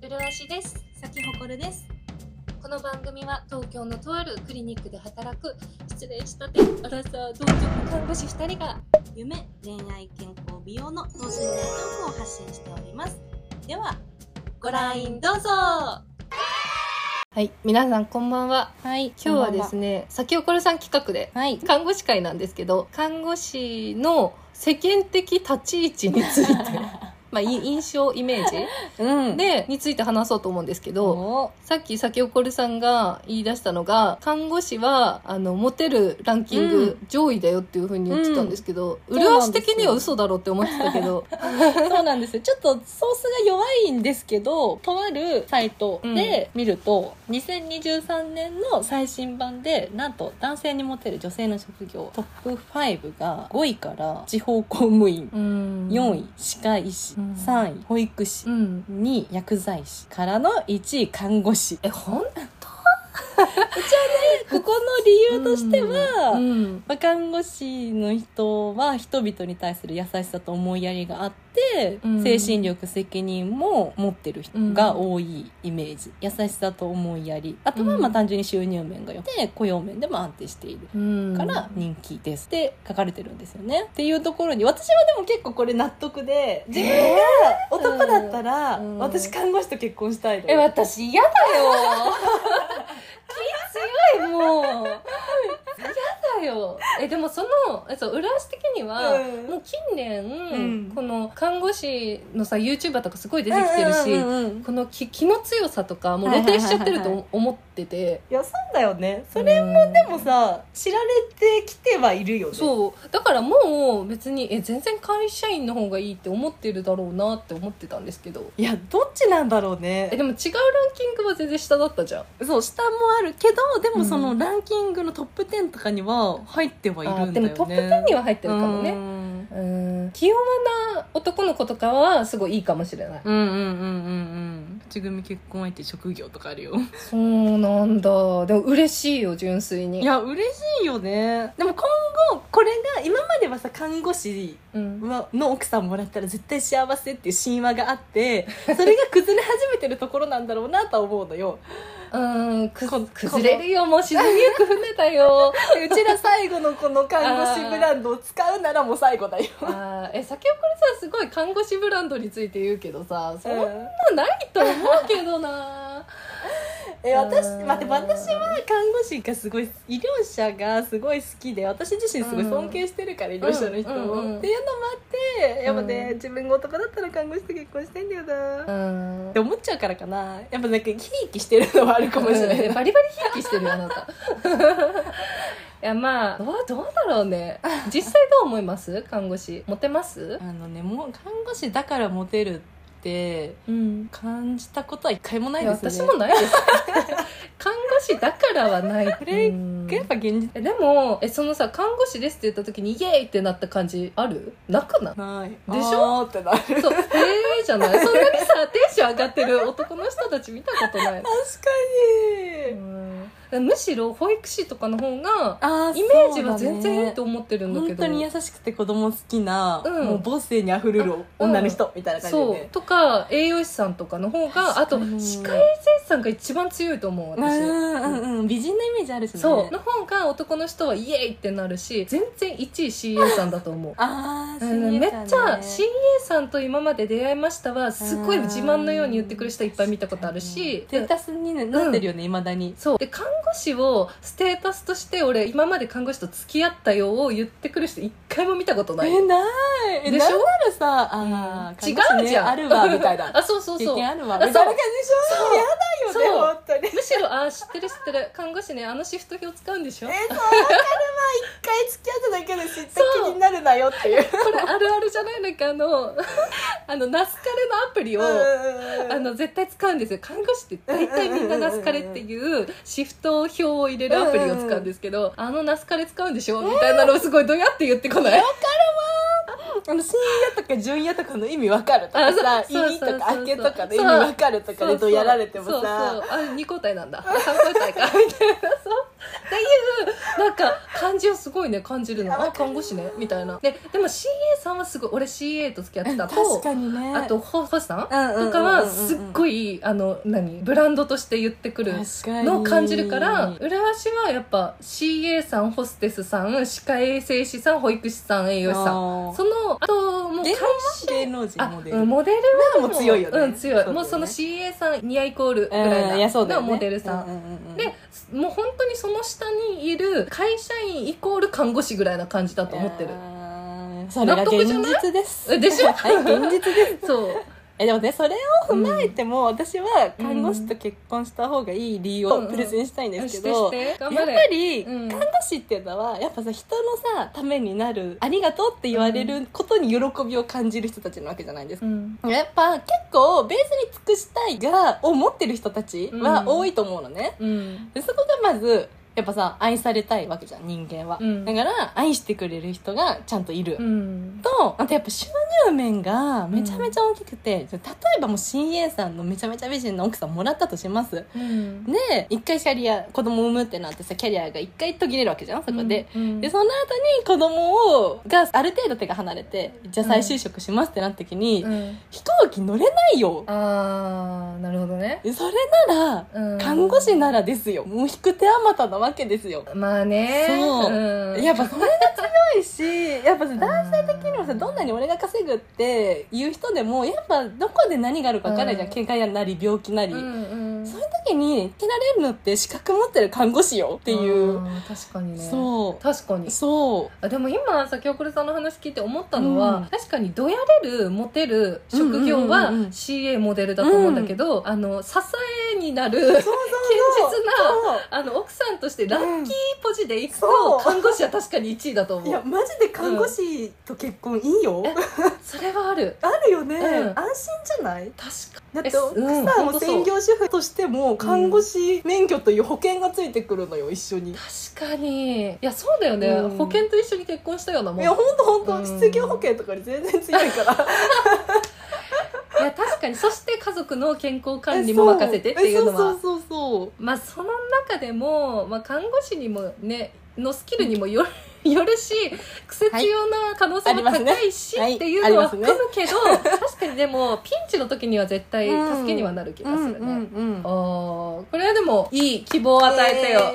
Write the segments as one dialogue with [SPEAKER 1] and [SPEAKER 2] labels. [SPEAKER 1] プルアシです
[SPEAKER 2] 咲ほこるです。
[SPEAKER 1] この番組は東京のとあるクリニックで働く失礼したてアラサー同居看護師2人が
[SPEAKER 2] 夢、恋愛、健康、美容の等身大トークを発信しております。では、
[SPEAKER 1] ご覧どうぞ
[SPEAKER 3] はい、皆さんこんばんは。
[SPEAKER 2] はい、
[SPEAKER 3] 今日はですね、先ほこるさん企画で、
[SPEAKER 2] はい。
[SPEAKER 3] 看護師会なんですけど、看護師の世間的立ち位置について、 まあ、い印象、イメージ
[SPEAKER 2] うん。
[SPEAKER 3] で、について話そうと思うんですけど、
[SPEAKER 2] お
[SPEAKER 3] さっき先ほこるさんが言い出したのが、看護師は、あの、モテるランキング上位だよっていうふうに言ってたんですけど、
[SPEAKER 2] うん
[SPEAKER 3] 麗し的には嘘だろうって思ってたけど、
[SPEAKER 2] そうなんですよ。ちょっとソースが弱いんですけど、とあるサイトで見ると、2023年の最新版で、なんと男性にモテる女性の職業、トップ5が5位から地方公務員、
[SPEAKER 3] うん
[SPEAKER 2] 4位歯科医師、
[SPEAKER 3] うん
[SPEAKER 2] 3位保育士
[SPEAKER 3] う、ん。
[SPEAKER 2] 2位薬剤師からの1位看護師。
[SPEAKER 3] え、ほん
[SPEAKER 2] ここの理由としては、
[SPEAKER 3] うん。
[SPEAKER 2] まあ看護師の人は人々に対する優しさと思いやりがあって、
[SPEAKER 3] うん
[SPEAKER 2] 精神力責任も持ってる人が多いイメージ、優しさと思いやりあとは
[SPEAKER 3] うん
[SPEAKER 2] まあ単純に収入面が良くて雇用面でも安定している。
[SPEAKER 3] うん
[SPEAKER 2] から人気ですって書かれてるんですよね。っていうところに私はでも結構これ納得で自分が男だったら、
[SPEAKER 3] うん
[SPEAKER 2] 私看護師と結婚したいの
[SPEAKER 3] え、
[SPEAKER 2] よ
[SPEAKER 3] 私嫌だよ。気強い、もう。嫌だよ。え、でもその、えそう、浦安的には、
[SPEAKER 2] うん
[SPEAKER 3] もう近年、
[SPEAKER 2] ん
[SPEAKER 3] この看護師のさ、YouTuber とかすごい出てきてるし、
[SPEAKER 2] うんうんうんうん
[SPEAKER 3] この気気の強さとか、もう
[SPEAKER 2] はい
[SPEAKER 3] 露
[SPEAKER 2] はいはいは
[SPEAKER 3] 呈
[SPEAKER 2] い
[SPEAKER 3] しちゃってると思ってて。
[SPEAKER 2] いやそうだよねそれ
[SPEAKER 3] れも
[SPEAKER 2] でもさ知られてきてはいるよね
[SPEAKER 3] そう。だからもう別に、え、全然会社員の方がいいって思ってるだろうなって思ってたんですけど。
[SPEAKER 2] いやどっちなんだろう
[SPEAKER 3] え、
[SPEAKER 2] ね
[SPEAKER 3] でも違うランキングは全然下だったじゃん。
[SPEAKER 2] そう下もあるけどでもその
[SPEAKER 3] うん
[SPEAKER 2] ランキングのトップ10とかには入ってはいるんだよ
[SPEAKER 3] あ
[SPEAKER 2] ね
[SPEAKER 3] でもトップ10に
[SPEAKER 2] は
[SPEAKER 3] は入ってるかもね。
[SPEAKER 2] うん
[SPEAKER 3] うん器用な男の子とかはすごいいいかもしれない。
[SPEAKER 2] うんうんうんうん口組結婚相手職業とかあるよ
[SPEAKER 3] そうなんだ。でも嬉しいよ、純粋に。
[SPEAKER 2] い、や嬉しいよねでも今後これが今まではさ看護師
[SPEAKER 3] うん。
[SPEAKER 2] はの奥さんもらったら絶対幸せっていう神話があってそれが崩れ始めてるところなんだろうなとは思うのよ
[SPEAKER 3] うん、く
[SPEAKER 2] こ
[SPEAKER 3] 崩れるよ、もう沈みゆく船だよ。
[SPEAKER 2] うちら最後のこの看護師ブランドを使うならもう最後 だよ。
[SPEAKER 3] あーえ、先ほどさ、すごい看護師ブランドについて言うけどさ、そんなないと思うけど な。
[SPEAKER 2] え私
[SPEAKER 3] うん
[SPEAKER 2] 待って私は看護師がすごい医療者がすごい好きで私自身すごい尊敬してるから、医療者の人を、
[SPEAKER 3] うんうんうん
[SPEAKER 2] っていうのもあってやっぱね、
[SPEAKER 3] うん
[SPEAKER 2] 自分が男だったら看護師と結婚したいんだよな、
[SPEAKER 3] う
[SPEAKER 2] っ
[SPEAKER 3] ん
[SPEAKER 2] て。思っちゃうからかなやっぱなんかひいきしてるのはあるかもしれない、
[SPEAKER 3] うんバリバリひいきしてるよ、あなた。い や、まあ、どう、どうだろうね。実際どう思います看護師。モテます
[SPEAKER 2] あのねもう看護師だからモテるって
[SPEAKER 3] うん。
[SPEAKER 2] 感じたことは一回もないい
[SPEAKER 3] や
[SPEAKER 2] ですね
[SPEAKER 3] 私もないです看護師だからはない
[SPEAKER 2] これ
[SPEAKER 3] うん
[SPEAKER 2] やっぱ現実
[SPEAKER 3] えでもえそのさ看護師ですって言った時にイエーイってなった感じあるなくない
[SPEAKER 2] ないで
[SPEAKER 3] し
[SPEAKER 2] ょってなる確かに
[SPEAKER 3] そうえーじゃないそんなにさテンション上がってる男の人たち見たことないうんむしろ保育士とかの方が
[SPEAKER 2] あ
[SPEAKER 3] イメージは全然いいと
[SPEAKER 2] 思
[SPEAKER 3] 思ってるんだけ
[SPEAKER 2] 本
[SPEAKER 3] ど
[SPEAKER 2] 当に優しくて子供好きな、
[SPEAKER 3] うん
[SPEAKER 2] もう母性にあふれる女の人みたいな感じで、
[SPEAKER 3] そう
[SPEAKER 2] ね
[SPEAKER 3] とか栄養士さんとかの方があ
[SPEAKER 2] 確
[SPEAKER 3] と
[SPEAKER 2] かに
[SPEAKER 3] 歯科衛生士さんが一番強いと思
[SPEAKER 2] う
[SPEAKER 3] う
[SPEAKER 2] ん
[SPEAKER 3] 私
[SPEAKER 2] うんうん美人なイメージあるしね
[SPEAKER 3] そうの方が男の人はイエーイってなるし全然1位 CA さんだと思う
[SPEAKER 2] ああ、
[SPEAKER 3] うんめっちゃ CA
[SPEAKER 2] っ
[SPEAKER 3] さんと今まで出会いましたはすごい自慢のように言ってくる人いっぱい見たことあるし
[SPEAKER 2] ステータスにねなってるよねいま、未だに
[SPEAKER 3] そうで看護師をステータスとして俺今まで看護師と付き合ったよを言ってくる人一回も見たことない
[SPEAKER 2] えないえ
[SPEAKER 3] でしょ
[SPEAKER 2] なんならさあー、
[SPEAKER 3] 違
[SPEAKER 2] 看護
[SPEAKER 3] う
[SPEAKER 2] 師
[SPEAKER 3] じ
[SPEAKER 2] ね
[SPEAKER 3] ゃん
[SPEAKER 2] あるわみたいな
[SPEAKER 3] あそうそう
[SPEAKER 2] 経
[SPEAKER 3] そう
[SPEAKER 2] 験あるわみた
[SPEAKER 3] あ
[SPEAKER 2] いな感じでし
[SPEAKER 3] そう
[SPEAKER 2] ょ嫌だよね本当に
[SPEAKER 3] むしろあー知ってる知ってる看護師ねあのシフト表使うんでしょ
[SPEAKER 2] えそうわかるわ一回付き合っただけで知った気になるなよっていう
[SPEAKER 3] これあるあるじゃないなんかあの あのナスカレのアプリをあ
[SPEAKER 2] あ
[SPEAKER 3] の絶対使うんですよ看護師って大体みんなナスカレっていうシフト表を入れるアプリを使うんですけど、あのナスカレ使うんでしょみたいなのをすごいドヤって言ってこない、
[SPEAKER 2] あの深夜とか純夜とかの意味わかるとかさ
[SPEAKER 3] あそう
[SPEAKER 2] 入りとか
[SPEAKER 3] そうそうそう
[SPEAKER 2] 明けとかの意味わかるとかでどうやられても
[SPEAKER 3] そうそう
[SPEAKER 2] さ
[SPEAKER 3] あ二個体なんだ三個体かみたいなそうっていうなんか感じをすごいね感じるのあ看護師ねみたいなででも CA さんはすごい俺 CA と付き合ってたと
[SPEAKER 2] 確かにね
[SPEAKER 3] あとホホスさん
[SPEAKER 2] うんうんうんうんうん
[SPEAKER 3] とかはすっごいあの何ブランドとして言ってくるのを感じるから
[SPEAKER 2] 確かに
[SPEAKER 3] 浦和市はやっぱ CA さんホステスさん歯科衛生士さん保育士さん栄養士さん
[SPEAKER 2] あー
[SPEAKER 3] そのあともう
[SPEAKER 2] 芸能
[SPEAKER 3] 会
[SPEAKER 2] 芸能人
[SPEAKER 3] あ
[SPEAKER 2] モデル
[SPEAKER 3] うんモデル
[SPEAKER 2] でも強いよね
[SPEAKER 3] うん、強い。
[SPEAKER 2] だよね
[SPEAKER 3] もうその CA さん、ニアイコールぐ
[SPEAKER 2] う
[SPEAKER 3] ら
[SPEAKER 2] ん
[SPEAKER 3] い
[SPEAKER 2] やそうだ
[SPEAKER 3] な
[SPEAKER 2] よ
[SPEAKER 3] の
[SPEAKER 2] ね
[SPEAKER 3] モデルさん。
[SPEAKER 2] うんうんうんうん
[SPEAKER 3] で、もう本当にその下にいる会社員イコール看護師ぐらいな感じだと思ってる
[SPEAKER 2] いや。ーそれが現実です
[SPEAKER 3] 納得じゃないえでしょ
[SPEAKER 2] はい現実です
[SPEAKER 3] そう。
[SPEAKER 2] えでもねそれを踏まえても、私は看護師と結婚した方がいい理由
[SPEAKER 3] うんう
[SPEAKER 2] を
[SPEAKER 3] ん
[SPEAKER 2] プレゼンしたいんです
[SPEAKER 3] し
[SPEAKER 2] け
[SPEAKER 3] て
[SPEAKER 2] ど、
[SPEAKER 3] して。頑
[SPEAKER 2] や
[SPEAKER 3] 張
[SPEAKER 2] っ
[SPEAKER 3] れ。
[SPEAKER 2] ぱり、
[SPEAKER 3] うん
[SPEAKER 2] 看護師っていうのはやっぱさ人のさためになるありがとうって言われることに喜びを感じる人たちなわけじゃないですか、
[SPEAKER 3] うん。
[SPEAKER 2] やっぱ結構ベースに尽くしたいが思ってる人たちは多いと思うのね、
[SPEAKER 3] うん。
[SPEAKER 2] でそこがまずやっぱさ愛されたいわけじゃん人間は、
[SPEAKER 3] うん
[SPEAKER 2] だから愛してくれる人がちゃんといる、
[SPEAKER 3] うん。
[SPEAKER 2] とあとやっぱ収入面がめちゃめちゃ大きくて、例えばもう CA さんのめちゃめちゃ美人な奥さんもらったとします
[SPEAKER 3] うん。
[SPEAKER 2] で一回キャリア子供産むってなってさキャリアが一回途切れるわけじゃんそこで、
[SPEAKER 3] うん
[SPEAKER 2] でその後に子供をがある程度手が離れてじゃあ再就職しますってなった時に、
[SPEAKER 3] うん
[SPEAKER 2] 飛行機乗れないよ、
[SPEAKER 3] あー、なるほどね。
[SPEAKER 2] でそれなら、
[SPEAKER 3] うん
[SPEAKER 2] 看護師ならですよもう引く手あまたなわけですよ、
[SPEAKER 3] まあね。
[SPEAKER 2] そう
[SPEAKER 3] うん
[SPEAKER 2] やっぱそれが強い しやっぱさ男性的にもさどんなに俺が稼ぐって言う人でもやっぱどこで何があるか分からないじゃん、
[SPEAKER 3] うん
[SPEAKER 2] 怪我やなり病気なり、
[SPEAKER 3] うんうん。
[SPEAKER 2] そういう時に受けられるのって資格持ってる看護師よっていう、
[SPEAKER 3] あー。確かにね。
[SPEAKER 2] そう
[SPEAKER 3] 確かに。
[SPEAKER 2] そ
[SPEAKER 3] あでも今先送るさんの話聞いて思ったのは、
[SPEAKER 2] うん
[SPEAKER 3] 確かにどやれるモテる職業
[SPEAKER 2] う
[SPEAKER 3] は
[SPEAKER 2] んうんうんうん
[SPEAKER 3] CA モデルだと思うんだけど、あの支えになる堅実な あの奥さんとしてラッキーポジでいく
[SPEAKER 2] そ
[SPEAKER 3] と
[SPEAKER 2] う
[SPEAKER 3] 看護師は確かに1位だと
[SPEAKER 2] い
[SPEAKER 3] 思
[SPEAKER 2] や
[SPEAKER 3] う
[SPEAKER 2] マジで看護師と結婚いいよ、
[SPEAKER 3] えそれはある
[SPEAKER 2] あるよね、
[SPEAKER 3] うん
[SPEAKER 2] 安心じゃない
[SPEAKER 3] 確か
[SPEAKER 2] だって
[SPEAKER 3] えそう
[SPEAKER 2] 奥さん
[SPEAKER 3] ほん
[SPEAKER 2] も
[SPEAKER 3] とそう
[SPEAKER 2] 専業主婦としても看護師免許という保険がついてくるのよ一緒に、
[SPEAKER 3] 確かにいやそうだよね、
[SPEAKER 2] うん
[SPEAKER 3] 保険と一緒に結婚したようなもん
[SPEAKER 2] い
[SPEAKER 3] い
[SPEAKER 2] や
[SPEAKER 3] や
[SPEAKER 2] 本当本
[SPEAKER 3] うん
[SPEAKER 2] 当失業保険とかに全然強いから
[SPEAKER 3] 確かにそして家族の健康 管理も任せてっていうの
[SPEAKER 2] えそ
[SPEAKER 3] は
[SPEAKER 2] うそうそう
[SPEAKER 3] まあその中でも、まあ、看護師にもねのスキルにもよる よるし癖強な可能性も
[SPEAKER 2] はいありま
[SPEAKER 3] 高いし、
[SPEAKER 2] すねはい
[SPEAKER 3] っていうのは
[SPEAKER 2] あり
[SPEAKER 3] 含
[SPEAKER 2] ますね
[SPEAKER 3] むけど、確かにでもピンチの時には絶対
[SPEAKER 2] うん
[SPEAKER 3] 助けにはなる気
[SPEAKER 2] そう
[SPEAKER 3] がするね。
[SPEAKER 2] うんうん
[SPEAKER 3] あーこれはでもいい希望を与えてよ、
[SPEAKER 2] え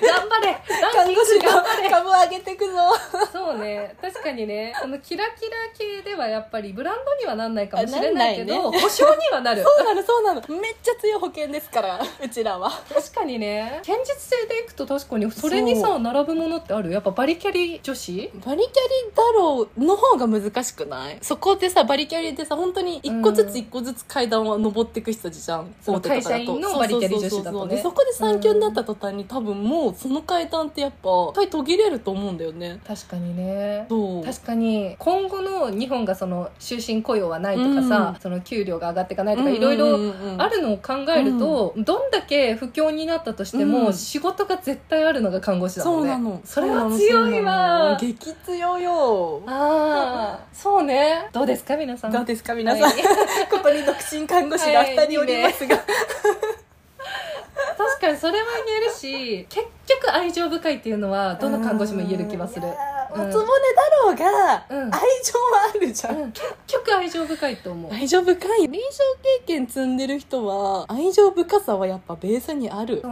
[SPEAKER 3] 頑張れランキ
[SPEAKER 2] 看
[SPEAKER 3] ング
[SPEAKER 2] 護師
[SPEAKER 3] 頑
[SPEAKER 2] の
[SPEAKER 3] 張れ
[SPEAKER 2] 株を上げてくぞ
[SPEAKER 3] そうね確かにねそのキラキラ系ではやっぱりブランドにはなんないかもしれないけど
[SPEAKER 2] あなんない
[SPEAKER 3] 保証にはなる
[SPEAKER 2] そうなのそうなのめっちゃ強い保険ですからうちらは
[SPEAKER 3] 確かにね堅実性でいくと確かにそれにさ
[SPEAKER 2] そ
[SPEAKER 3] 並ぶものってあるやっぱバリキャリ女子
[SPEAKER 2] バリキャリだろうの方が難しくないそこでさバリキャリでさ本当に一個ず
[SPEAKER 3] うん
[SPEAKER 2] つ一個ずつ階段を上っていく人たちじゃん
[SPEAKER 3] その
[SPEAKER 2] 大手とかだと
[SPEAKER 3] 会社員のバリキャリ女子
[SPEAKER 2] そ
[SPEAKER 3] だとね
[SPEAKER 2] うそうそうそうでそこで産休になった途端に多分もうその階段ってやっぱ一回途切れると思うんだよね
[SPEAKER 3] 確かにね
[SPEAKER 2] そう
[SPEAKER 3] 確かに今後の日本がその終身雇用はないとかさ、その給料が上がっていかないとかいろいろあ
[SPEAKER 2] る
[SPEAKER 3] るのを考えると、どんだけ不況になったとしても、
[SPEAKER 2] うん
[SPEAKER 3] 仕事が絶対あるのが看護師だ
[SPEAKER 2] そ
[SPEAKER 3] もん
[SPEAKER 2] う
[SPEAKER 3] ね
[SPEAKER 2] なの
[SPEAKER 3] それは強いわ
[SPEAKER 2] そうなの激強よ
[SPEAKER 3] ああそうねどうですか皆さん
[SPEAKER 2] どうですか皆さん、
[SPEAKER 3] はい
[SPEAKER 2] ここに独身看護師が2人おりますが、
[SPEAKER 3] 確かにそれは言えるし結局愛情深いっていうのはどの看護師も言える気はする
[SPEAKER 2] いやー
[SPEAKER 3] う
[SPEAKER 2] お
[SPEAKER 3] ん
[SPEAKER 2] つぼねだろうが、
[SPEAKER 3] うん
[SPEAKER 2] 愛情はあるじゃん、
[SPEAKER 3] うん結局愛情深いと思う
[SPEAKER 2] 愛情深い臨床経験積んでる人は愛情深さはやっぱベースにある
[SPEAKER 3] そう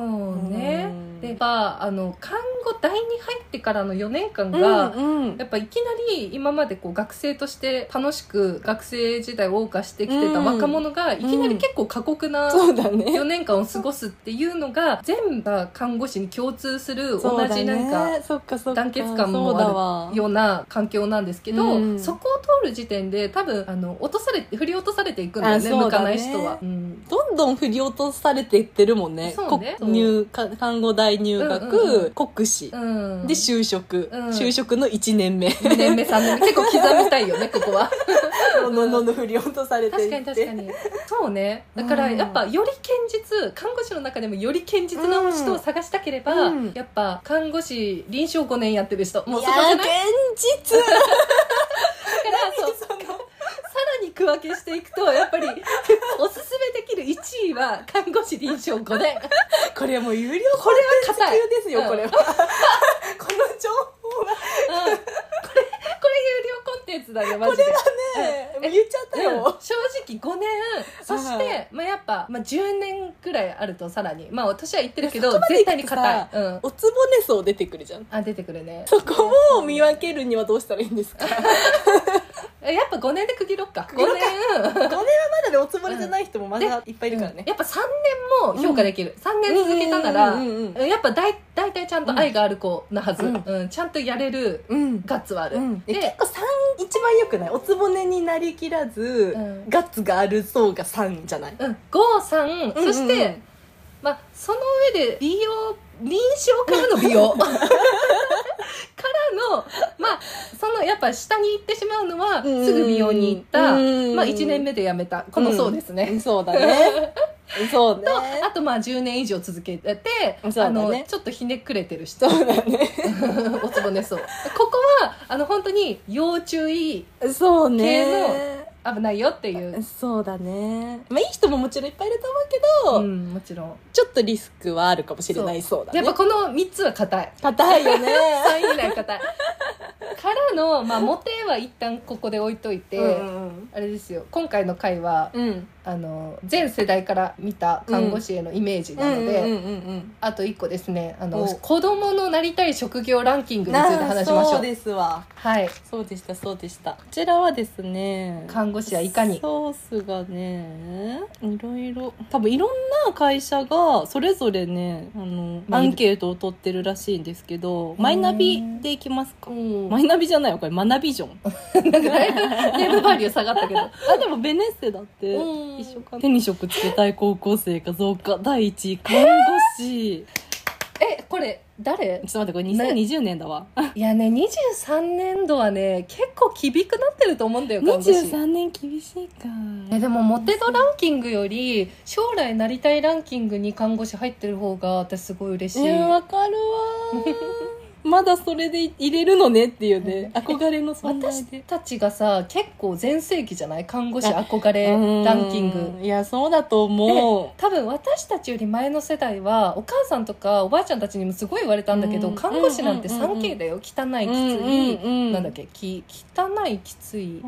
[SPEAKER 3] ね
[SPEAKER 2] うん
[SPEAKER 3] でやっぱあの看護第に入ってからの4年間が、
[SPEAKER 2] が、うんうん
[SPEAKER 3] やっぱいきなり今までこう学生として楽しく学生時代を謳歌してきてた若者がいきなり結構過酷な
[SPEAKER 2] そうだね
[SPEAKER 3] 4年間を過ごすっていうのが全部が看護師に共通する同じなん
[SPEAKER 2] そ
[SPEAKER 3] か
[SPEAKER 2] うだねそっかそっか
[SPEAKER 3] 団結感も
[SPEAKER 2] そう
[SPEAKER 3] ある
[SPEAKER 2] だわ
[SPEAKER 3] ような環境なんですけど、
[SPEAKER 2] うん
[SPEAKER 3] そこを通る時点で多分あの落とされて振り落とされていくんだよね
[SPEAKER 2] あそ
[SPEAKER 3] 向
[SPEAKER 2] うだ
[SPEAKER 3] か
[SPEAKER 2] ね
[SPEAKER 3] ない人は、うん
[SPEAKER 2] どんどん振り落とされていってるもんね
[SPEAKER 3] そうね
[SPEAKER 2] 国入か看護大入学、
[SPEAKER 3] うんうんうん
[SPEAKER 2] 国試、
[SPEAKER 3] うん、
[SPEAKER 2] で就職、
[SPEAKER 3] うん
[SPEAKER 2] 就職の1年目
[SPEAKER 3] 2年目3年目結構刻みたいよねここは
[SPEAKER 2] どんどんどんどん振り落とされてい
[SPEAKER 3] 確
[SPEAKER 2] って
[SPEAKER 3] かに確かにそうねだから
[SPEAKER 2] うん
[SPEAKER 3] やっぱより堅実看護師の中でもより堅実な人を探したければ、
[SPEAKER 2] うん
[SPEAKER 3] やっぱ看護師臨床5年やってる人もう
[SPEAKER 2] い
[SPEAKER 3] そ
[SPEAKER 2] や
[SPEAKER 3] こじゃない
[SPEAKER 2] ー現実
[SPEAKER 3] だから分けしていくとやっぱりおすすめできる1位は看護師臨床5年
[SPEAKER 2] これはもう有料
[SPEAKER 3] これは硬い、うん、こ
[SPEAKER 2] ですよ、
[SPEAKER 3] うん
[SPEAKER 2] これはこの情報は
[SPEAKER 3] れこれ有料コンテンツだねマ
[SPEAKER 2] こ
[SPEAKER 3] ジで
[SPEAKER 2] れはね、
[SPEAKER 3] うんえ
[SPEAKER 2] 言っちゃった
[SPEAKER 3] うん
[SPEAKER 2] よ、
[SPEAKER 3] 正直5年そし
[SPEAKER 2] は
[SPEAKER 3] て、まあ、やっぱ、まあ、10年ぐらいあるとさらにまあ私は言ってるけど
[SPEAKER 2] そこまで
[SPEAKER 3] 絶
[SPEAKER 2] 行
[SPEAKER 3] 対に
[SPEAKER 2] くと
[SPEAKER 3] 硬
[SPEAKER 2] さ
[SPEAKER 3] い、うん、
[SPEAKER 2] おつぼね層出てくるじゃん
[SPEAKER 3] あ出てくるね
[SPEAKER 2] そこを見分けるにはどうしたらいいんですか5
[SPEAKER 3] えやっぱ5年で区切ろっか
[SPEAKER 2] 切ろっか
[SPEAKER 3] 5年うん
[SPEAKER 2] 年はまだでおつぼねじゃない人もまだいっぱいいるからね、
[SPEAKER 3] やっぱ3年も評価できる、3年続けたなら、
[SPEAKER 2] うんうんうん
[SPEAKER 3] やっぱだい大体ちゃんと愛がある子なはず、
[SPEAKER 2] う
[SPEAKER 3] うんんちゃんとやれる
[SPEAKER 2] うん
[SPEAKER 3] ガッツはある、
[SPEAKER 2] で結
[SPEAKER 3] で
[SPEAKER 2] 構三一番よくないおつぼねになりきらず、
[SPEAKER 3] うん
[SPEAKER 2] ガッツがある層が3じゃない
[SPEAKER 3] うん、53、
[SPEAKER 2] うんうん
[SPEAKER 3] そして、まあ、その上で美容臨床からの 美容からのまあそのやっぱ下に行ってしまうのは
[SPEAKER 2] うん
[SPEAKER 3] すぐ美容に行った、
[SPEAKER 2] うん
[SPEAKER 3] まあ、1年目で辞めたこの層ですね、
[SPEAKER 2] そうだ ねそう
[SPEAKER 3] と
[SPEAKER 2] ね
[SPEAKER 3] あとまあ10年以上続けてて、
[SPEAKER 2] そうだ
[SPEAKER 3] あ
[SPEAKER 2] ね
[SPEAKER 3] のちょっとひねくれてる人
[SPEAKER 2] そうだね
[SPEAKER 3] おつぼねそうここはあの本当に要注意
[SPEAKER 2] そう
[SPEAKER 3] 系
[SPEAKER 2] ね
[SPEAKER 3] 危ないよっていう、
[SPEAKER 2] そうだねまあいい人ももちろんいっぱいいると思うけど、
[SPEAKER 3] うん、もちろん
[SPEAKER 2] ちょっとリスクはあるかもしれないそうだね
[SPEAKER 3] やっぱこの3つは硬い
[SPEAKER 2] 硬いよね
[SPEAKER 3] 3位以内硬いからの、まあ、モテは一旦ここで置いといて、
[SPEAKER 2] うん
[SPEAKER 3] あれですよ今回の回は、
[SPEAKER 2] うん
[SPEAKER 3] あの全世代から見た看護師へのイメージなので、
[SPEAKER 2] うんうんうん
[SPEAKER 3] あと1個ですねあ
[SPEAKER 2] お
[SPEAKER 3] の子供のなりたい職業ランキングについて話しまし
[SPEAKER 2] そ
[SPEAKER 3] ょ
[SPEAKER 2] う
[SPEAKER 3] う
[SPEAKER 2] ですわ
[SPEAKER 3] はい
[SPEAKER 2] そうでしたそうでしたこちらはですね
[SPEAKER 3] 看護師はいかに
[SPEAKER 2] ソースがねいろいろ多分いろんな会社がそれぞれねあの
[SPEAKER 3] まあ
[SPEAKER 2] アンケートを取ってるらしいんですけど
[SPEAKER 3] ー
[SPEAKER 2] マイナビでいきますか
[SPEAKER 3] うん
[SPEAKER 2] マイナビじゃないよこれマナビジョン
[SPEAKER 3] なんかだいぶネームバリュー下がったけ ど
[SPEAKER 2] あでもベネッセだって
[SPEAKER 3] うん
[SPEAKER 2] 一緒かな手に職つけたい高校生が増加第1位看護師、
[SPEAKER 3] えこれ誰
[SPEAKER 2] ちょっと待ってこれ2020年だわ、
[SPEAKER 3] いやね23年度はね結構厳くなってると思うんだよ看護師
[SPEAKER 2] 23年厳しいか
[SPEAKER 3] えでもモテ度ランキングより将来なりたいランキングに看護師入ってる方が私すごい嬉し
[SPEAKER 2] い
[SPEAKER 3] い
[SPEAKER 2] やわかるわー まだそれで入れるのねっていうね憧れの存在
[SPEAKER 3] 私
[SPEAKER 2] で
[SPEAKER 3] たちがさ結構全盛期じゃない看護師憧れランキング
[SPEAKER 2] うんいやそうだと思
[SPEAKER 3] 多分私たちより前の世代はお母さんとかおばあちゃんたちにもすごい言われたんだけど
[SPEAKER 2] うん
[SPEAKER 3] 看護師なんて
[SPEAKER 2] うんうんうん
[SPEAKER 3] 3K だよ汚
[SPEAKER 2] う
[SPEAKER 3] いきついなんだっ
[SPEAKER 2] け
[SPEAKER 3] けき汚いきつい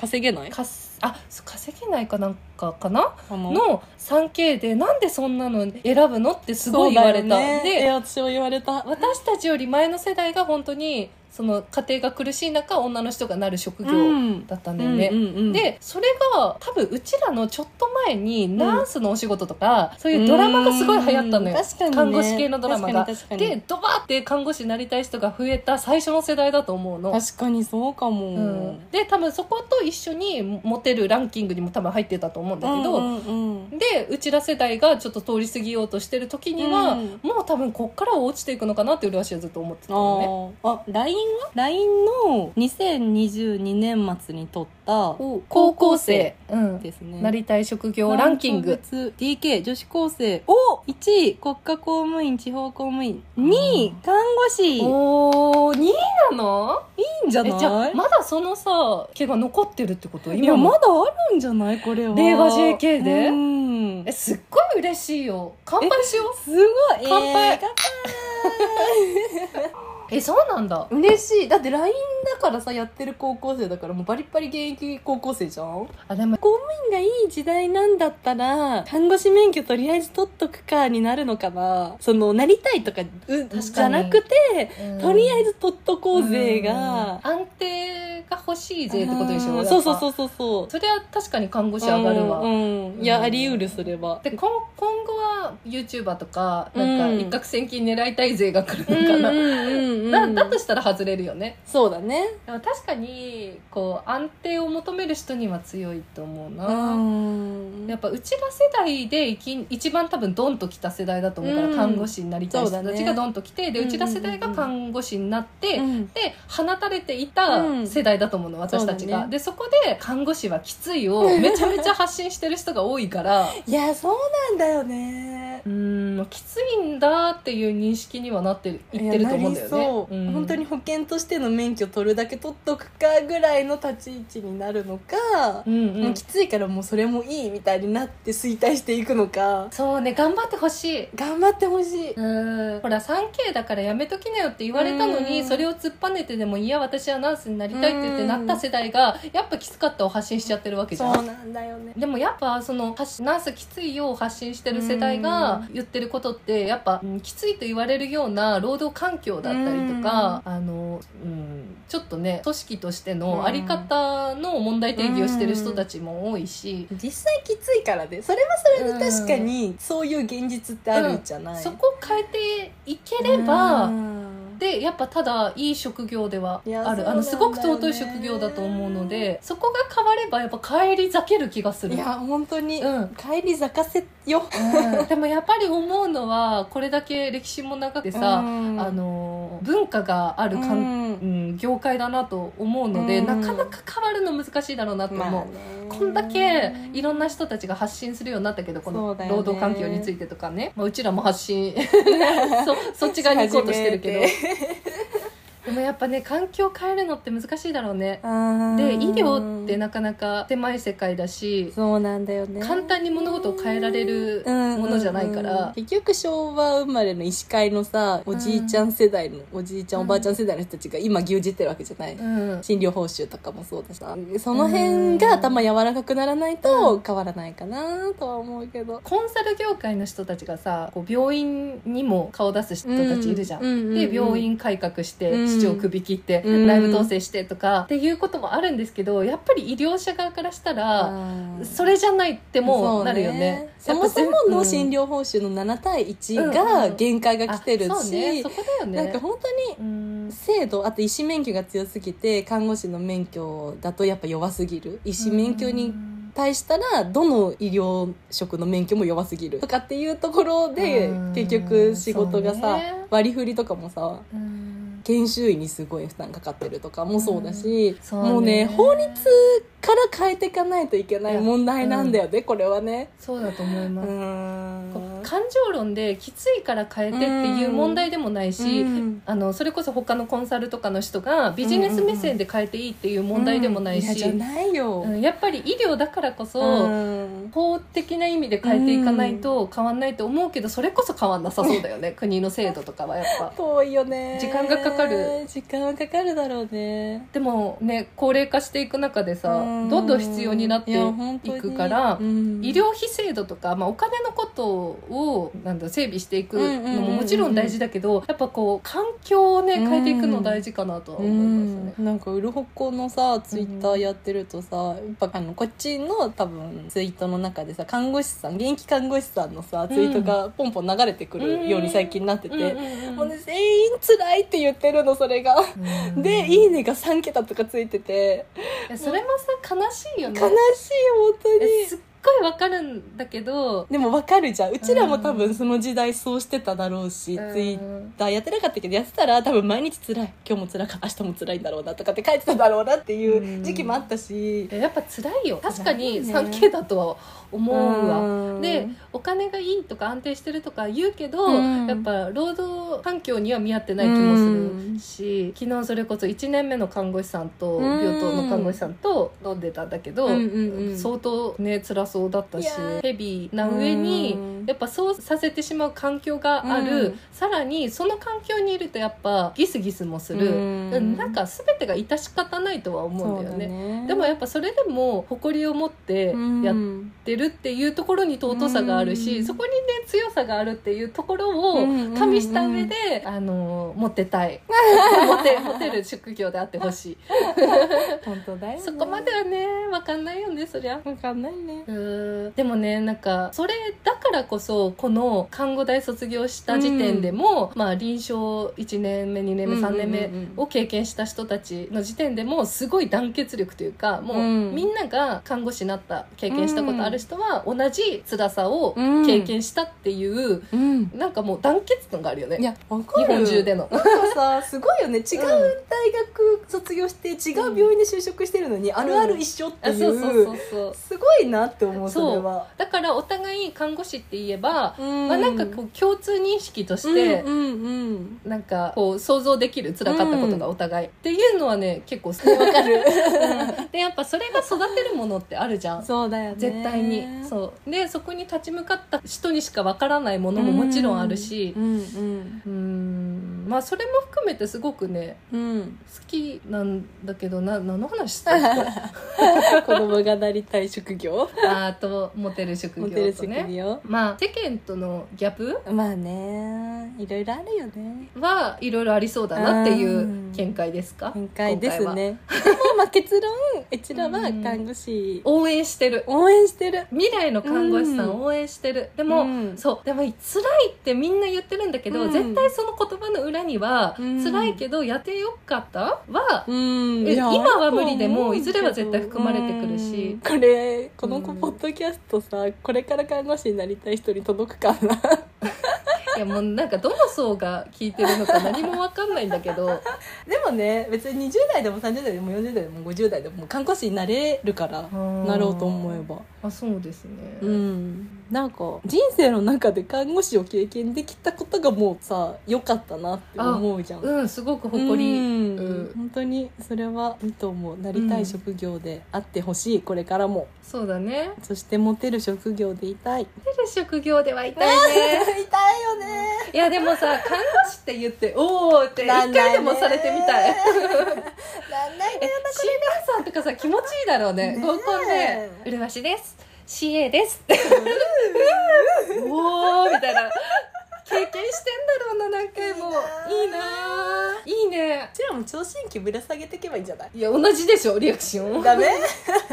[SPEAKER 2] 稼げない
[SPEAKER 3] かすあそう稼げないかなんかかな
[SPEAKER 2] あの
[SPEAKER 3] の 3K でなんでそんなの選ぶのってすごい言われ
[SPEAKER 2] そう
[SPEAKER 3] た、
[SPEAKER 2] だよねい
[SPEAKER 3] で
[SPEAKER 2] や私も言われた
[SPEAKER 3] 私たちより前の世代が本当にその家庭が苦しい中女の人がなる職業
[SPEAKER 2] うん
[SPEAKER 3] だったんだよね、
[SPEAKER 2] うんうんうん
[SPEAKER 3] でそれが多分うちらのちょっと前にナースのお仕事とか、そういうドラマがすごい流行ったのよ
[SPEAKER 2] うん確かにね
[SPEAKER 3] 看護師系のドラマが
[SPEAKER 2] 確かに確かに
[SPEAKER 3] でドバーって看護師になりたい人が増えた最初の世代だと思うの
[SPEAKER 2] 確かにそうかも、
[SPEAKER 3] うん、で多分そこと一緒にモテるランキングにも多分入ってたと思うんだけど、
[SPEAKER 2] うんうんうん
[SPEAKER 3] でうちら世代がちょっと通り過ぎようとしてる時には、
[SPEAKER 2] うん
[SPEAKER 3] もう多分こっから落ちていくのかなっていう私はずっと思ってたのね
[SPEAKER 2] あーあ LINE は ?LINE の2022年末に取った
[SPEAKER 3] 高校生、うん
[SPEAKER 2] ですね
[SPEAKER 3] なりたい職業ランキング
[SPEAKER 2] 別 DK 女子高生を1位国家公務員地方公務員2位看護師いい
[SPEAKER 3] おお2位なの
[SPEAKER 2] んじゃ
[SPEAKER 3] えじゃ
[SPEAKER 2] な
[SPEAKER 3] あ
[SPEAKER 2] い
[SPEAKER 3] まだそのさ毛が残ってるってこと
[SPEAKER 2] いや
[SPEAKER 3] 今
[SPEAKER 2] ま
[SPEAKER 3] も
[SPEAKER 2] だあるんじゃないこれは
[SPEAKER 3] 令和 JK で
[SPEAKER 2] うん
[SPEAKER 3] えすっごい嬉しいよ乾杯しよ
[SPEAKER 2] すごい
[SPEAKER 3] 乾杯
[SPEAKER 2] えー乾
[SPEAKER 3] うえそうなんだ
[SPEAKER 2] 杯嬉しいだって LINE だからさやってる高校生だからもうバリッバリ現役高校生じゃん
[SPEAKER 3] あでも
[SPEAKER 2] 公務員がいい時代なんだったら看護師免許とりあえず取っとくかになるのかなそのなりたいとかう
[SPEAKER 3] かに
[SPEAKER 2] じゃなくてとりあえず取っとこうぜ
[SPEAKER 3] うん
[SPEAKER 2] が、
[SPEAKER 3] 安定が欲しいぜってことでしょ
[SPEAKER 2] うんそうそう
[SPEAKER 3] う
[SPEAKER 2] そうそうそう
[SPEAKER 3] それは確かに看護師上がるわ、
[SPEAKER 2] うんうんいやあり得るそれは
[SPEAKER 3] で今今後は YouTuber とかなん
[SPEAKER 2] う
[SPEAKER 3] か
[SPEAKER 2] ん
[SPEAKER 3] 一攫千金狙いたい勢が来る
[SPEAKER 2] うん
[SPEAKER 3] のかな、
[SPEAKER 2] うんうんう
[SPEAKER 3] だ
[SPEAKER 2] ん
[SPEAKER 3] だとしたら外れるよね
[SPEAKER 2] そうだね
[SPEAKER 3] でも確かにこう安定を求める人には強いと思う
[SPEAKER 2] う
[SPEAKER 3] な、
[SPEAKER 2] ん
[SPEAKER 3] やっぱうちら世代で生き一番多分ドンと来た世代だと思うから、
[SPEAKER 2] うん
[SPEAKER 3] 看護師になりたい人たちがドンと来て、で
[SPEAKER 2] うん
[SPEAKER 3] うちら世代が看護師になって、
[SPEAKER 2] うん
[SPEAKER 3] で放たれていた世代だと思うの、私たち
[SPEAKER 2] そうだ
[SPEAKER 3] が、
[SPEAKER 2] ね
[SPEAKER 3] でそこで「看護師はきつ い」をめちゃめちゃ発信してる人が多いから
[SPEAKER 2] いやそうなんだよね
[SPEAKER 3] うんのきついんだっていう認識にはなっていってると思うんだよ
[SPEAKER 2] いやなり
[SPEAKER 3] ね
[SPEAKER 2] そう
[SPEAKER 3] うん
[SPEAKER 2] 本当に保険としての免許取るだけ取っとくかぐらいの立ち位置になるのか
[SPEAKER 3] う、んうん
[SPEAKER 2] もうきついからもうそれもいいみたいになって衰退していくのか
[SPEAKER 3] そうね頑張ってほしい
[SPEAKER 2] 頑張ってほしい、
[SPEAKER 3] うんほら 3K だからやめときなよって言われたの
[SPEAKER 2] う
[SPEAKER 3] に
[SPEAKER 2] ん
[SPEAKER 3] それを突っぱねてでもいや私はナースになりたいって言ってなった世代がやっぱきつかったを発信しちゃってるわけじ
[SPEAKER 2] そ
[SPEAKER 3] ゃん
[SPEAKER 2] うなんだよね
[SPEAKER 3] でもやっぱその発ナースきついよを発信してる世代
[SPEAKER 2] う
[SPEAKER 3] が
[SPEAKER 2] ん
[SPEAKER 3] 言ってることってやっぱ、うんきついと言われるような労働環境だったりとか、あの、うん、ちょっとね組織として
[SPEAKER 2] うん
[SPEAKER 3] のあり方の問題定義をしてる人たちも多いし、
[SPEAKER 2] 実際きついからねそれはそれで確かにそういう現実ってあるじゃない、
[SPEAKER 3] そこを変えていければ、
[SPEAKER 2] うん
[SPEAKER 3] でやっぱただいい職業ではい
[SPEAKER 2] や
[SPEAKER 3] あ
[SPEAKER 2] そうなんだよね
[SPEAKER 3] るあのすごく尊い職業だと思うのでそこが変わればやっぱ帰り咲ける気がする
[SPEAKER 2] い。や本当に、
[SPEAKER 3] うん
[SPEAKER 2] 帰り咲かせよ
[SPEAKER 3] うんでもやっぱり思うのはこれだけ歴史も長くてさ、
[SPEAKER 2] うん
[SPEAKER 3] あの文化があるかん、
[SPEAKER 2] うん
[SPEAKER 3] うん業界だなと思うので、
[SPEAKER 2] うん
[SPEAKER 3] なかなか変わるの難しいだろうなと思う。
[SPEAKER 2] まあね
[SPEAKER 3] こんだけいろんな人たちが発信するようになったけどこ
[SPEAKER 2] そ
[SPEAKER 3] の
[SPEAKER 2] うだよね
[SPEAKER 3] 労働環境についてとかねまあ、うちらも発信そそっち側に行こうとしてるけど
[SPEAKER 2] 始
[SPEAKER 3] でもやっぱね環境変えるのって難しいだろうね
[SPEAKER 2] うん
[SPEAKER 3] で医療ってなかなか狭い世界だし
[SPEAKER 2] そうなんだよね
[SPEAKER 3] 簡単に物事を変えられるものじゃないから、
[SPEAKER 2] うんうんうん結局昭和生まれの医師会のさおじいちゃん世代の、おじいちゃんおばあちゃん世代の人たちが今牛耳ってるわけじゃない、
[SPEAKER 3] うん、
[SPEAKER 2] 診療報酬とかもそうだしさその辺が頭柔らかくならないと変わらないかなとは思うけど
[SPEAKER 3] コンサル業界の人たちがさこう病院にも顔出す人たちいるじゃん。
[SPEAKER 2] ううう
[SPEAKER 3] で病院改革して、
[SPEAKER 2] うん
[SPEAKER 3] 市長首切って、
[SPEAKER 2] うん
[SPEAKER 3] ライブ統制してとかっていうこともあるんですけどやっぱり医療者側からしたら、
[SPEAKER 2] うん
[SPEAKER 3] それじゃないっても
[SPEAKER 2] そう
[SPEAKER 3] なるよね。
[SPEAKER 2] そもそもの診
[SPEAKER 3] 療
[SPEAKER 2] 療報酬の7対1
[SPEAKER 3] うん
[SPEAKER 2] が
[SPEAKER 3] うん
[SPEAKER 2] 限界が来てるし、
[SPEAKER 3] そうねそこだよね。
[SPEAKER 2] なんか本当に
[SPEAKER 3] うん
[SPEAKER 2] 制度あと医師免許が強すぎて看護師の免許だとやっぱ弱すぎる医師免許に対したらどの医療職の免許も弱すぎるとかっていうところで
[SPEAKER 3] うん
[SPEAKER 2] 結局仕事が
[SPEAKER 3] そう
[SPEAKER 2] さ、
[SPEAKER 3] ね
[SPEAKER 2] 割り振りとかもさ
[SPEAKER 3] うん
[SPEAKER 2] 研修医にすごい負担かかってるとかもそうだし、
[SPEAKER 3] そうね
[SPEAKER 2] もうね法律から変えていかないといけない問題なんだよね、これはね。
[SPEAKER 3] そうだと思います。
[SPEAKER 2] ん
[SPEAKER 3] こう感情論できついから変えてっていう問題でもないし、
[SPEAKER 2] うん
[SPEAKER 3] あのそれこそ他のコンサルとかの人がビジネス目線で変えていいっていう問題でもないし、
[SPEAKER 2] やじゃないよ、
[SPEAKER 3] うんやっぱり医療だからこそ、
[SPEAKER 2] うん
[SPEAKER 3] 法的な意味で変えていかないと変わんないと思うけどそれこそ変わんなさそうだよね国の制度とかはやっぱ。
[SPEAKER 2] 遠いよね
[SPEAKER 3] 時間がかかる
[SPEAKER 2] 時間はかかるだろうね
[SPEAKER 3] でもね高齢化していく中でさ
[SPEAKER 2] う
[SPEAKER 3] どんどん必要になって
[SPEAKER 2] いや本当に
[SPEAKER 3] いくから
[SPEAKER 2] うん
[SPEAKER 3] 医療費制度とか、まあ、お金のことをなんだ整備していくのももちろん大事だけどやっぱこう環境をね変えていくの大事かなとは思いますね。
[SPEAKER 2] うんなんかウルホコのさツイッターやってるとさ、やっぱあのこっちの多分ツイートの中でさ看護師さん現役看護師さんのさツイートがポンポン流れてくるように最近なってて、
[SPEAKER 3] うんうんうん
[SPEAKER 2] もうね全員辛いって言ってるのそれが、
[SPEAKER 3] うん
[SPEAKER 2] で「いいね」が3桁とかついてて
[SPEAKER 3] いやそれもさ悲しいよ
[SPEAKER 2] 悲
[SPEAKER 3] ね
[SPEAKER 2] しいよ本当に
[SPEAKER 3] えすっごいわかるんだけど
[SPEAKER 2] でもわかるじゃんうちらも多分その時代そうしてただろうし、ツイッターやってなかったけどやってたら多分毎日辛い今日も辛かった明日も辛いんだろうなとかって書いてただろうなっていう時期もあったし、
[SPEAKER 3] やっぱ辛いよ確かに
[SPEAKER 2] 辛いね
[SPEAKER 3] 3K だとは思うわ、
[SPEAKER 2] うん
[SPEAKER 3] でお金がいいとか安定してるとか言うけど、
[SPEAKER 2] うん
[SPEAKER 3] やっぱ労働環境には見合ってない気もするし、昨日それこそ1年目の看護師さんと
[SPEAKER 2] うん
[SPEAKER 3] 病棟の看護師さんと飲んでたんだけど、
[SPEAKER 2] うんうんうん
[SPEAKER 3] 相当ね辛そうだった
[SPEAKER 2] い
[SPEAKER 3] し
[SPEAKER 2] やー
[SPEAKER 3] ヘビーな上に、
[SPEAKER 2] うん
[SPEAKER 3] やっぱそうさせてしまう環境がある、
[SPEAKER 2] うん
[SPEAKER 3] さらにその環境にいるとやっぱギスギスもする、
[SPEAKER 2] うん
[SPEAKER 3] うんなんか全てが致し方ないとは思うんだよね。
[SPEAKER 2] ね
[SPEAKER 3] でもやっぱそれでも誇りを持ってやっ
[SPEAKER 2] うん
[SPEAKER 3] ってるっていうところに尊さがあるし、
[SPEAKER 2] うん
[SPEAKER 3] そこにね強さがあるっていうところを
[SPEAKER 2] うん
[SPEAKER 3] 加味した上で、あの持ってたい 持て持てる職業であってほしい
[SPEAKER 2] 本当だよね、
[SPEAKER 3] そこまではね分かんないよねそりゃ。
[SPEAKER 2] わかんないね
[SPEAKER 3] うーんでもねなんかそれだからこそこの看護大卒業した時点でも、まあ臨床1年目2年目3年
[SPEAKER 2] う
[SPEAKER 3] 目
[SPEAKER 2] んうんうんうん
[SPEAKER 3] を経験した人たちの時点でもすごい団結力というかもう、
[SPEAKER 2] うん
[SPEAKER 3] みんなが看護師になった経験したことある人は同じ辛さを
[SPEAKER 2] うん
[SPEAKER 3] 経験したっていう、
[SPEAKER 2] うん
[SPEAKER 3] なんかもう団結感があるよね
[SPEAKER 2] いやわか
[SPEAKER 3] 日
[SPEAKER 2] る
[SPEAKER 3] 本中での。
[SPEAKER 2] なんかさすごいよね違う大学卒業して違う病院で就職してるのに、あるある一緒って
[SPEAKER 3] あ
[SPEAKER 2] い
[SPEAKER 3] そうそう
[SPEAKER 2] う
[SPEAKER 3] そうそう
[SPEAKER 2] すごいなって思う
[SPEAKER 3] そ
[SPEAKER 2] そ
[SPEAKER 3] う
[SPEAKER 2] れは
[SPEAKER 3] だかからお互い看護師って言えば、
[SPEAKER 2] ま
[SPEAKER 3] まあ、なんかこう共通認識とし、
[SPEAKER 2] してて、うんうん
[SPEAKER 3] なんかこう想像できる辛かったことがお互い、っていうのはね結構わかる、うん でやっぱそれが育てるものってあるじゃん
[SPEAKER 2] そうだよね
[SPEAKER 3] 絶対にそうでそこに立ち向かった人にしかわからないものももちろんあるし
[SPEAKER 2] うんうん
[SPEAKER 3] うんまあそれも含めてすごくね
[SPEAKER 2] うん、
[SPEAKER 3] 好きなんだけどな何の話したっ け
[SPEAKER 2] 子供がなりたい職業
[SPEAKER 3] あーとモテる職
[SPEAKER 2] モテ
[SPEAKER 3] 業
[SPEAKER 2] る
[SPEAKER 3] と
[SPEAKER 2] 職
[SPEAKER 3] ね
[SPEAKER 2] 業
[SPEAKER 3] まあ世間とのギャップ
[SPEAKER 2] まあねいろいろあるよね
[SPEAKER 3] はいろいろありそうだなっていう
[SPEAKER 2] うん
[SPEAKER 3] 見解ですか
[SPEAKER 2] 展開です
[SPEAKER 3] 今回は
[SPEAKER 2] ねでもまあ結論うちらは看護師
[SPEAKER 3] 応援してる
[SPEAKER 2] 応援してる
[SPEAKER 3] 未来の看護師さ
[SPEAKER 2] うん
[SPEAKER 3] ん応援してる、で
[SPEAKER 2] う
[SPEAKER 3] も、
[SPEAKER 2] ん
[SPEAKER 3] そうでも辛いってみんな言ってるんだけど、
[SPEAKER 2] うん
[SPEAKER 3] 絶対その言葉の裏には、
[SPEAKER 2] うん
[SPEAKER 3] 辛いけどやってよかったは、
[SPEAKER 2] うん
[SPEAKER 3] え
[SPEAKER 2] いや
[SPEAKER 3] 今は無理で
[SPEAKER 2] あると思
[SPEAKER 3] も
[SPEAKER 2] うけど
[SPEAKER 3] いずれは絶対含まれてくる
[SPEAKER 2] う
[SPEAKER 3] し
[SPEAKER 2] んこれこの
[SPEAKER 3] うん
[SPEAKER 2] ポッドキャストさこれから看護師になりたい人に届くかな
[SPEAKER 3] いやもうなんかどの層が聞いてるのか何も分かんないんだけど
[SPEAKER 2] でもね別に20代でも30代でも40代でも50代でも看護師になれるから なろうと思えば
[SPEAKER 3] あそうですね、
[SPEAKER 2] うんなんか人生の中で看護師を経験できたことがもうさ良かったなって思うじゃん
[SPEAKER 3] うんすごく誇り、
[SPEAKER 2] うん
[SPEAKER 3] うん
[SPEAKER 2] 本当にそれはいいと思うなりたい職業であってほしい、これからも
[SPEAKER 3] そうだね
[SPEAKER 2] そしてモテる職業でいた い
[SPEAKER 3] モテる職業ではいたい ね
[SPEAKER 2] いたいよね
[SPEAKER 3] いやでもさ看護師って言っておおって一回でもされてみたい
[SPEAKER 2] なんない
[SPEAKER 3] え CA さんとかさ気持ちいいだろうね
[SPEAKER 2] ねえ
[SPEAKER 3] 合コンで「うるましです CA です」って「おー」みたいな経験してんだろうな何回も
[SPEAKER 2] い
[SPEAKER 3] いい
[SPEAKER 2] い
[SPEAKER 3] な
[SPEAKER 2] な
[SPEAKER 3] ーいいね
[SPEAKER 2] ちらも聴診器ぶら下げてけばいいんじゃない
[SPEAKER 3] いや同じでしょリアクション
[SPEAKER 2] ダメ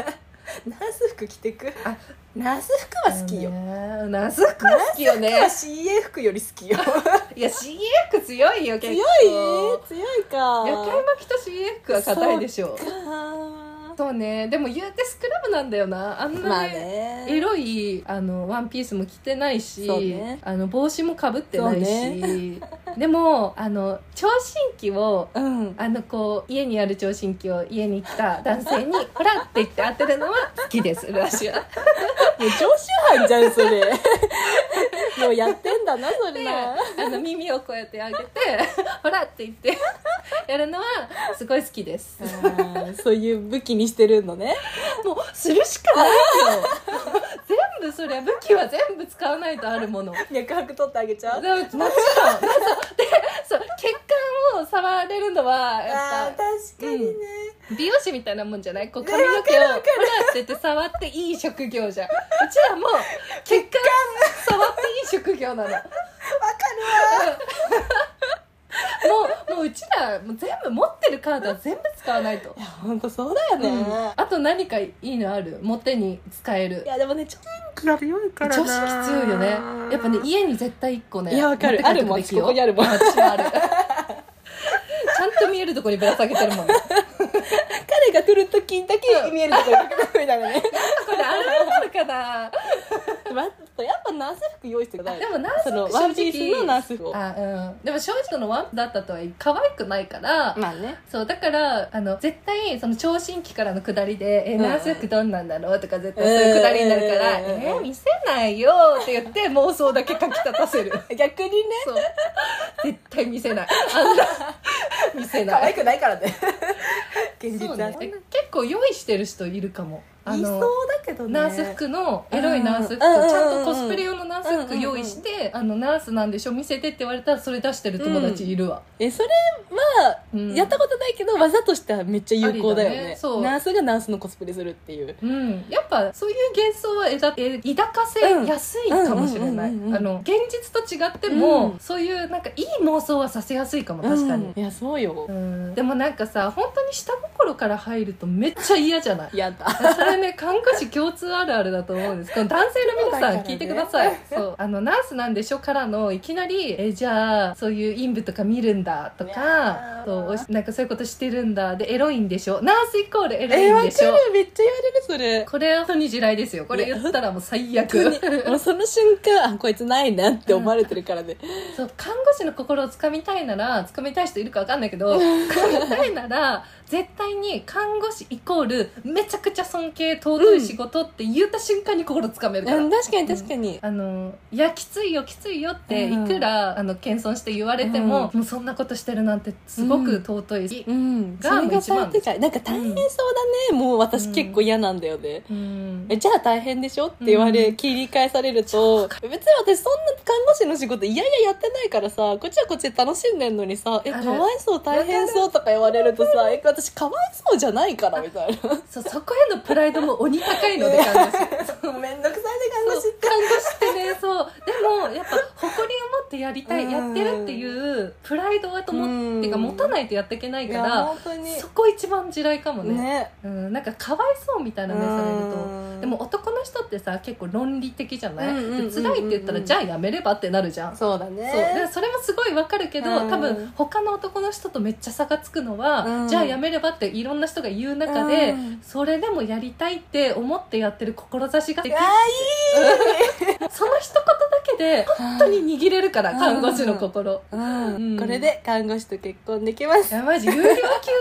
[SPEAKER 2] ナース服着てく
[SPEAKER 3] あ
[SPEAKER 2] ナース服は好きよ、
[SPEAKER 3] ナス服好きよね
[SPEAKER 2] CA 服より好き よ
[SPEAKER 3] いや CA 服強いよ
[SPEAKER 2] 強
[SPEAKER 3] 結
[SPEAKER 2] い
[SPEAKER 3] 構
[SPEAKER 2] 強いか
[SPEAKER 3] 夜会巻きと CA 服は硬いでしょ
[SPEAKER 2] あ
[SPEAKER 3] そうねでも言うてスクラブなんだよなあん
[SPEAKER 2] ーま
[SPEAKER 3] な
[SPEAKER 2] あ
[SPEAKER 3] に
[SPEAKER 2] ね
[SPEAKER 3] エロいあのワンピースも着てないし、
[SPEAKER 2] そうね
[SPEAKER 3] あの帽子もかぶってない
[SPEAKER 2] そ
[SPEAKER 3] し、
[SPEAKER 2] う
[SPEAKER 3] でもあの聴診器を
[SPEAKER 2] うん
[SPEAKER 3] あのこう家にある聴診器を家に来た男性に「ほら!」って言って当てるのは好きです私は。
[SPEAKER 2] もう常習犯じゃんそれ もうやってんだなそれ
[SPEAKER 3] で
[SPEAKER 2] な
[SPEAKER 3] あの耳をこうやって上げて 「ほら!」って言ってやるのはすごい好きです。
[SPEAKER 2] あーそういう武器にしてるのね
[SPEAKER 3] もうするしかないよ 全部そりゃ武器は全部使わないとあるもの。
[SPEAKER 2] 脈拍取ってあげちゃう
[SPEAKER 3] でももちろんでそうでそう血管を触れるのはや
[SPEAKER 2] あ
[SPEAKER 3] っ
[SPEAKER 2] ー確かにね、
[SPEAKER 3] ぱ美容師みたいなもんじゃないこう髪の毛をほらって言って触っていい職業じゃんうちらも血管触っていい職業なのわかるわもうもううちらもう全部持ってるカードは全部使わないと
[SPEAKER 2] い、や本当そうだよね、
[SPEAKER 3] うんあと何かいいのあるモテに使える
[SPEAKER 2] いやでもね、聴診器が強いか
[SPEAKER 3] 女
[SPEAKER 2] ら
[SPEAKER 3] 子
[SPEAKER 2] な。
[SPEAKER 3] 器強いよねやっぱね家に絶対一個ね
[SPEAKER 2] いやわかる。
[SPEAKER 3] 持っ
[SPEAKER 2] あ
[SPEAKER 3] て
[SPEAKER 2] る
[SPEAKER 3] 帰
[SPEAKER 2] もん。
[SPEAKER 3] っと
[SPEAKER 2] こ
[SPEAKER 3] くべきよ
[SPEAKER 2] こにあるもん。彼
[SPEAKER 3] 私はあるちゃんと見えるとこにぶら下げてるもんね
[SPEAKER 2] が来るときだけ見えるところに隠れたのね。
[SPEAKER 3] これあるあるかな
[SPEAKER 2] まあやっぱナース服用意してください。
[SPEAKER 3] でもナース
[SPEAKER 2] その
[SPEAKER 3] 服正直
[SPEAKER 2] ワンピースのナース服を。
[SPEAKER 3] あうんでも正直のワンだったとはいえ可愛くないから、
[SPEAKER 2] まあね。
[SPEAKER 3] そうだからあの絶対その聴診器からの下りで「え
[SPEAKER 2] うん
[SPEAKER 3] ナース服どんなんだろう?」とか絶対そういう下りになるから「
[SPEAKER 2] うん
[SPEAKER 3] えー見せないよ」って言って妄想だけかき立 たせる
[SPEAKER 2] 逆にね、
[SPEAKER 3] そう絶対見せないあんな見せ
[SPEAKER 2] 可
[SPEAKER 3] な
[SPEAKER 2] 愛
[SPEAKER 3] い
[SPEAKER 2] くないからね。現実
[SPEAKER 3] そう
[SPEAKER 2] は
[SPEAKER 3] ね
[SPEAKER 2] ね。
[SPEAKER 3] 結構用意してる人いるかもあ
[SPEAKER 2] いそう
[SPEAKER 3] の
[SPEAKER 2] だけどね。
[SPEAKER 3] ナース服のエロいナース服、
[SPEAKER 2] うん
[SPEAKER 3] ちゃんとコスプレ用のナース
[SPEAKER 2] う
[SPEAKER 3] 服
[SPEAKER 2] ん
[SPEAKER 3] 用意して、あのナースなんでしょ見せてって言われたらそれ出してる友達いるわ、
[SPEAKER 2] え、それは、
[SPEAKER 3] うん
[SPEAKER 2] やったことないけど、技としてはめっちゃ有効だよ
[SPEAKER 3] ありだ
[SPEAKER 2] ね
[SPEAKER 3] ね。そう
[SPEAKER 2] ナースがナースのコスプレするっていう。
[SPEAKER 3] うん、やっぱそういう幻想はえだえ抱かせやすいかもしれない、
[SPEAKER 2] うんうんうんうんうん
[SPEAKER 3] あの現実と違っても、
[SPEAKER 2] うん
[SPEAKER 3] そういうなんかいい妄想はさせやすいかも確かに
[SPEAKER 2] うん、いや、そうよ
[SPEAKER 3] う。んでもなんかさ本当に下心から入るとめっちゃ嫌じゃない
[SPEAKER 2] やだ。
[SPEAKER 3] それね看護師共通あるあるだと思うんで すこの男性の皆さ
[SPEAKER 2] そうだ
[SPEAKER 3] ん
[SPEAKER 2] からね
[SPEAKER 3] 聞いてくださいそうあのナースなんでしょからのいきなりえじゃあそういう陰部とか見るんだと
[SPEAKER 2] いや
[SPEAKER 3] か
[SPEAKER 2] ー
[SPEAKER 3] そうおしなんかそういうことしてるんだでエロいんでしょナースイコールエロ
[SPEAKER 2] え、
[SPEAKER 3] いん
[SPEAKER 2] わか
[SPEAKER 3] で
[SPEAKER 2] る
[SPEAKER 3] しょ、。
[SPEAKER 2] めっちゃ言われる、それ。
[SPEAKER 3] これは本当に地雷ですよこれ言ったらもう最悪
[SPEAKER 2] もうその瞬間あこいつないなって思われてるからね、
[SPEAKER 3] そう看護師の心をつかみたいならつかみたい人いるかわかんないけどつかみたいなら絶対に看護師イコールめちゃくちゃ尊系尊い仕事って言った瞬間に心つかめるから、
[SPEAKER 2] うん確かに確かに、
[SPEAKER 3] あのいやきついよきついよって、
[SPEAKER 2] うん
[SPEAKER 3] いくらあの謙遜して言われても、もうそんなことしてるなんてすごく尊いし、
[SPEAKER 2] うん、
[SPEAKER 3] が
[SPEAKER 2] それが
[SPEAKER 3] 一番
[SPEAKER 2] 最
[SPEAKER 3] で
[SPEAKER 2] 適
[SPEAKER 3] す
[SPEAKER 2] 解なんか大変そうだね、もう私結構嫌なんだよね、
[SPEAKER 3] うん
[SPEAKER 2] えじゃあ大変でしょって言われ、
[SPEAKER 3] うん
[SPEAKER 2] 切り返されると別に私そんな看護師の仕事いやいややってないからさこっちはこっちで楽しんでんのにさえ
[SPEAKER 3] あ
[SPEAKER 2] か
[SPEAKER 3] る
[SPEAKER 2] わいそう大変そうとか言われるとさえ私かわいそうじゃないからみたい な
[SPEAKER 3] そうそこへのプライドも鬼高いので感じする
[SPEAKER 2] そうめんどくさいね
[SPEAKER 3] そう看護師ってねそうでもやっぱ誇りを持ってやりたい、
[SPEAKER 2] うん
[SPEAKER 3] やってるっていうプライドはとも、
[SPEAKER 2] うん
[SPEAKER 3] っていうか持たないとやっていけない
[SPEAKER 2] い
[SPEAKER 3] か
[SPEAKER 2] や
[SPEAKER 3] ら
[SPEAKER 2] 本当に
[SPEAKER 3] そこ一番地雷かもね
[SPEAKER 2] ね
[SPEAKER 3] うん、なんかかわいそうみたいな目されると。
[SPEAKER 2] うん
[SPEAKER 3] でも男の人ってさ結構論理的じゃない、
[SPEAKER 2] うんうんうんうんうん
[SPEAKER 3] で辛いって言ったらじゃあやめればってなるじゃん、
[SPEAKER 2] そうだね
[SPEAKER 3] そうでそれもすごいわかるけど、
[SPEAKER 2] うん
[SPEAKER 3] 多分他の男の人とめっちゃ差がつくのは、
[SPEAKER 2] うん
[SPEAKER 3] じゃあやめればっていろんな人が言う中で、
[SPEAKER 2] うん
[SPEAKER 3] それでもやりたいって思ってやってる志ができ
[SPEAKER 2] あ
[SPEAKER 3] るその一言だけで
[SPEAKER 2] 本
[SPEAKER 3] 本当に握れるから、
[SPEAKER 2] うん
[SPEAKER 3] 看護師の心、
[SPEAKER 2] うん
[SPEAKER 3] うん
[SPEAKER 2] これで看護師と結婚できます
[SPEAKER 3] いやマジ有料級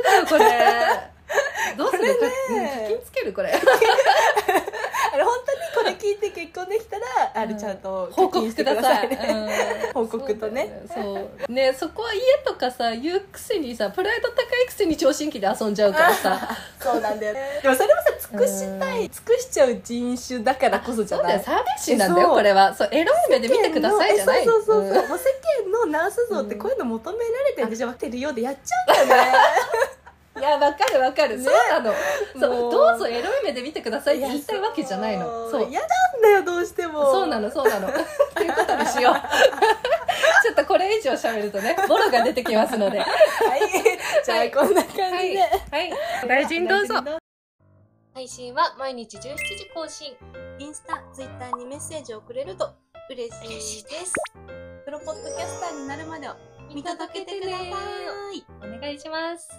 [SPEAKER 3] だよこれ どうする
[SPEAKER 2] これ
[SPEAKER 3] うん
[SPEAKER 2] ね
[SPEAKER 3] 課金つけるこれ
[SPEAKER 2] あれ本当にこれ聞いて結婚できたら、あれちゃんと
[SPEAKER 3] 報告ください、うん
[SPEAKER 2] 報告とね
[SPEAKER 3] そうねそこは家とかさ言うくせにさプライド高いくせに聴診器で遊んじゃうからさ
[SPEAKER 2] そうなんだよねでもそれもさ尽くしたい尽くしちゃう人種だからこそじ
[SPEAKER 3] そ
[SPEAKER 2] ゃ
[SPEAKER 3] うだ
[SPEAKER 2] な
[SPEAKER 3] よ
[SPEAKER 2] い
[SPEAKER 3] サービス心なんだよ
[SPEAKER 2] そう
[SPEAKER 3] これはそうエロい目で見てくださいじゃない
[SPEAKER 2] そうそうそうそう、
[SPEAKER 3] ん
[SPEAKER 2] もう世間のナース像ってこういうの求められてるでしょ分かってるようでやっちゃうんだよね
[SPEAKER 3] いやわかるわかる、
[SPEAKER 2] ね
[SPEAKER 3] そうなのそ
[SPEAKER 2] もう
[SPEAKER 3] うどうぞエロい目で見てくださいって言いたいわけじゃない
[SPEAKER 2] や
[SPEAKER 3] の
[SPEAKER 2] そ
[SPEAKER 3] そうう
[SPEAKER 2] 嫌なんだよどうしても
[SPEAKER 3] そうなのそうなの ということにしよう ちょっとこれ以上喋るとねボロが出てきますので
[SPEAKER 2] はい じゃあこんな感じで、
[SPEAKER 3] はい、はい、大臣どうぞ
[SPEAKER 1] 配信は毎日17時更新
[SPEAKER 4] インスタ、ツイッターにメッセージをくれると嬉しいです。プロポッドキャスターになるまでを見届けてください。
[SPEAKER 1] お願いします